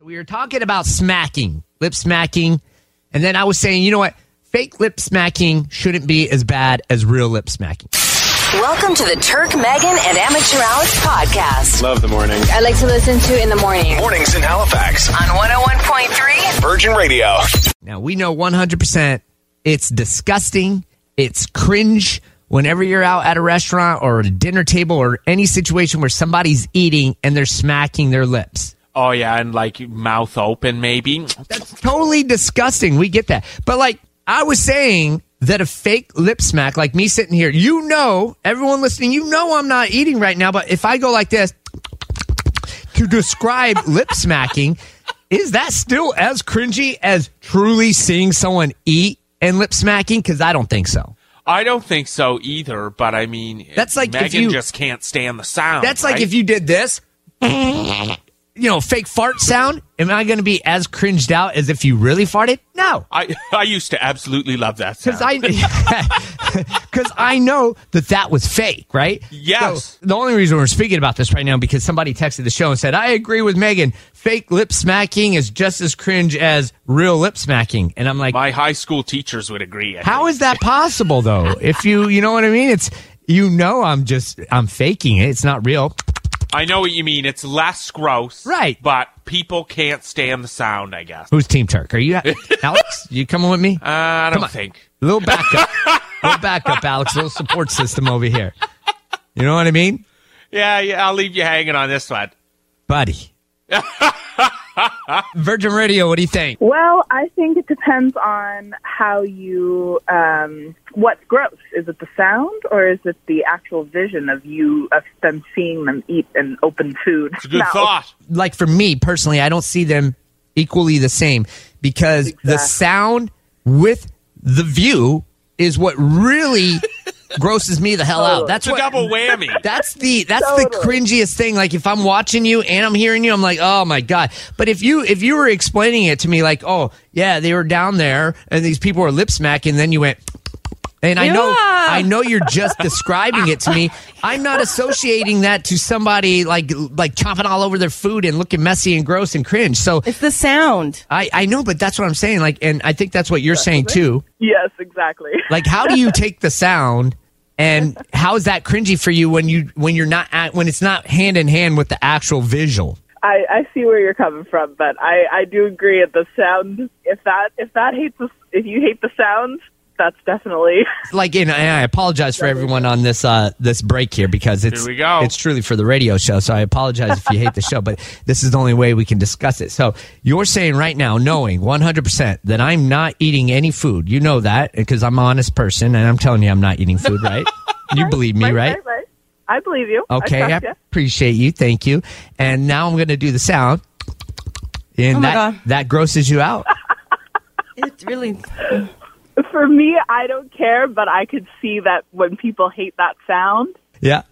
We were talking about smacking, lip smacking, and then I was saying, you know what? Fake lip smacking shouldn't be as bad as real lip smacking. Welcome to the Turk, Megan, and Amateur Alex podcast. Love the morning. I like to listen to in the morning on Mornings in Halifax. 101.3. Virgin Radio. Now, we know 100% it's disgusting, it's cringe. Whenever you're out at a restaurant or a dinner table or any situation where somebody's eating and they're smacking their lips, Oh yeah, and like mouth open maybe. that's totally disgusting. We get that. But like I was saying that a fake lip smack, like me sitting here, you know, everyone listening, you know I'm not eating right now, but if I go like this to describe lip smacking, is that still as cringy as truly seeing someone eat and lip smacking? Because I don't think so. I don't think so either, but I mean That's like if Megan you- just can't stand the sound. That's like right? if you did this, you know, fake fart sound. Am I going to be as cringed out as if you really farted? No. I I used to absolutely love that sound. because I because I know that that was fake, right? Yes. So, the only reason we're speaking about this right now because somebody texted the show and said, "I agree with Megan. Fake lip smacking is just as cringe as real lip smacking." And I'm like, my high school teachers would agree. I "How is that possible, though? If you you know what I mean? It's you know I'm just I'm faking it. It's not real." think. I know what you mean. It's less gross. Right. But people can't stand the sound, I guess. Uh, Who's Team Turk? Are you Alex? You coming with me? I don't think. A little backup, a little backup, Alex. A little support system over here. You know what I mean, Yeah, yeah, I'll leave you hanging on this one. buddy? Virgin Radio, what do you think? Well, I think it depends on how you um, what's gross. Is it the sound or is it the actual vision of you of them seeing them eat an open food? It's a good mouth? thought. like for me personally, I don't see them equally the same because the sound with the view is what really grosses me the hell out. That's It's a what double whammy. that's the that's the Totally. cringiest thing. Like if I'm watching you and I'm hearing you, I'm like, oh my god. But if you if you were explaining it to me, like, oh yeah, they were down there and these people were lip smacking, then you went. And I know, I know you're just describing it to me. I'm not associating that to somebody like like chomping all over their food and looking messy and gross and cringe. So It's the sound. I I know, but that's what I'm saying. Like, and I think that's what you're saying too. Yes, exactly. Like, how do you take the sound, and how is that cringy for you when you when you're not at, when it's not hand in hand with the actual visual? I, I see where you're coming from, but I, I do agree. At the sound, if that if that hates the, if you hate the sound, that's definitely Like, and I and I apologize for everyone on this uh this break here because it's Here we go. it's truly for the radio show. So I apologize if you hate the show, but this is the only way we can discuss it. So you're saying right now, knowing 100 percent that I'm not eating any food, you know that because I'm an honest person and I'm telling you I'm not eating food, right? You believe me, right? right, right. I believe you. Okay, I I, trust ya. appreciate you. Thank you. And now I'm going to do the sound. And Oh my that God. that grosses you out. It really. For me, I don't care, but I could see that when people hate that sound, yeah.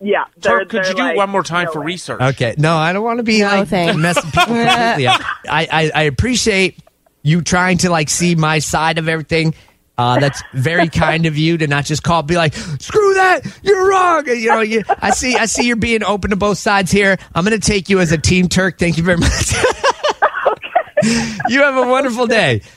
yeah. they're- Turk, could they're you do like, it one more time no for way. research? Okay. No, I don't want to be No, like thanks. messing people completely up. I, I I appreciate you trying to like see my side of everything. Uh, that's very kind of you to not just call, be like, "Screw that, you're wrong." You know, you, I see, I see you're being open to both sides here. I'm going to take you as a team, Turk. Thank you very much. You have a wonderful day.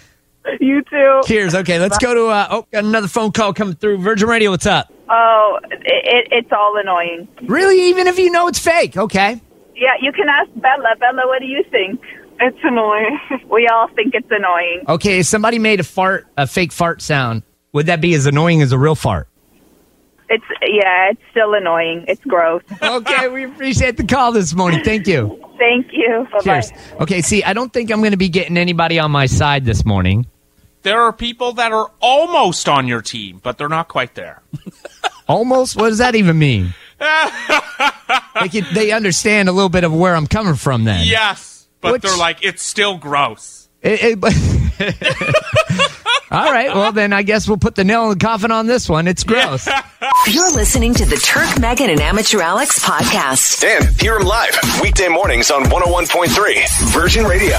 You too. Cheers. Okay, let's go to uh, oh, got another phone call coming through. Virgin Radio, what's up? Oh, it, it, it's all annoying. Really, even if you know it's fake, okay? Yeah, you can ask Bella. Bella, what do you think? It's annoying. we all think it's annoying. Okay, if somebody made a fart, a fake fart sound, would that be as annoying as a real fart? It's yeah, it's still annoying. It's gross. Okay, we appreciate the call this morning. Thank you. Thank you. Bye Cheers. Okay, see, I don't think I'm going to be getting anybody on my side this morning. There are people that are almost on your team, but they're not quite there. Almost. What does that even mean? they, can, they understand a little bit of where I'm coming from. Then, Yes, but Which- they're like it's still gross. It- it- but- All right. Well, then I guess we'll put the nail in the coffin on this one. It's gross. You're listening to the Turk, Megan, and Amateur Alex podcast. oh And hear him live weekday mornings on 101.3 Virgin Radio.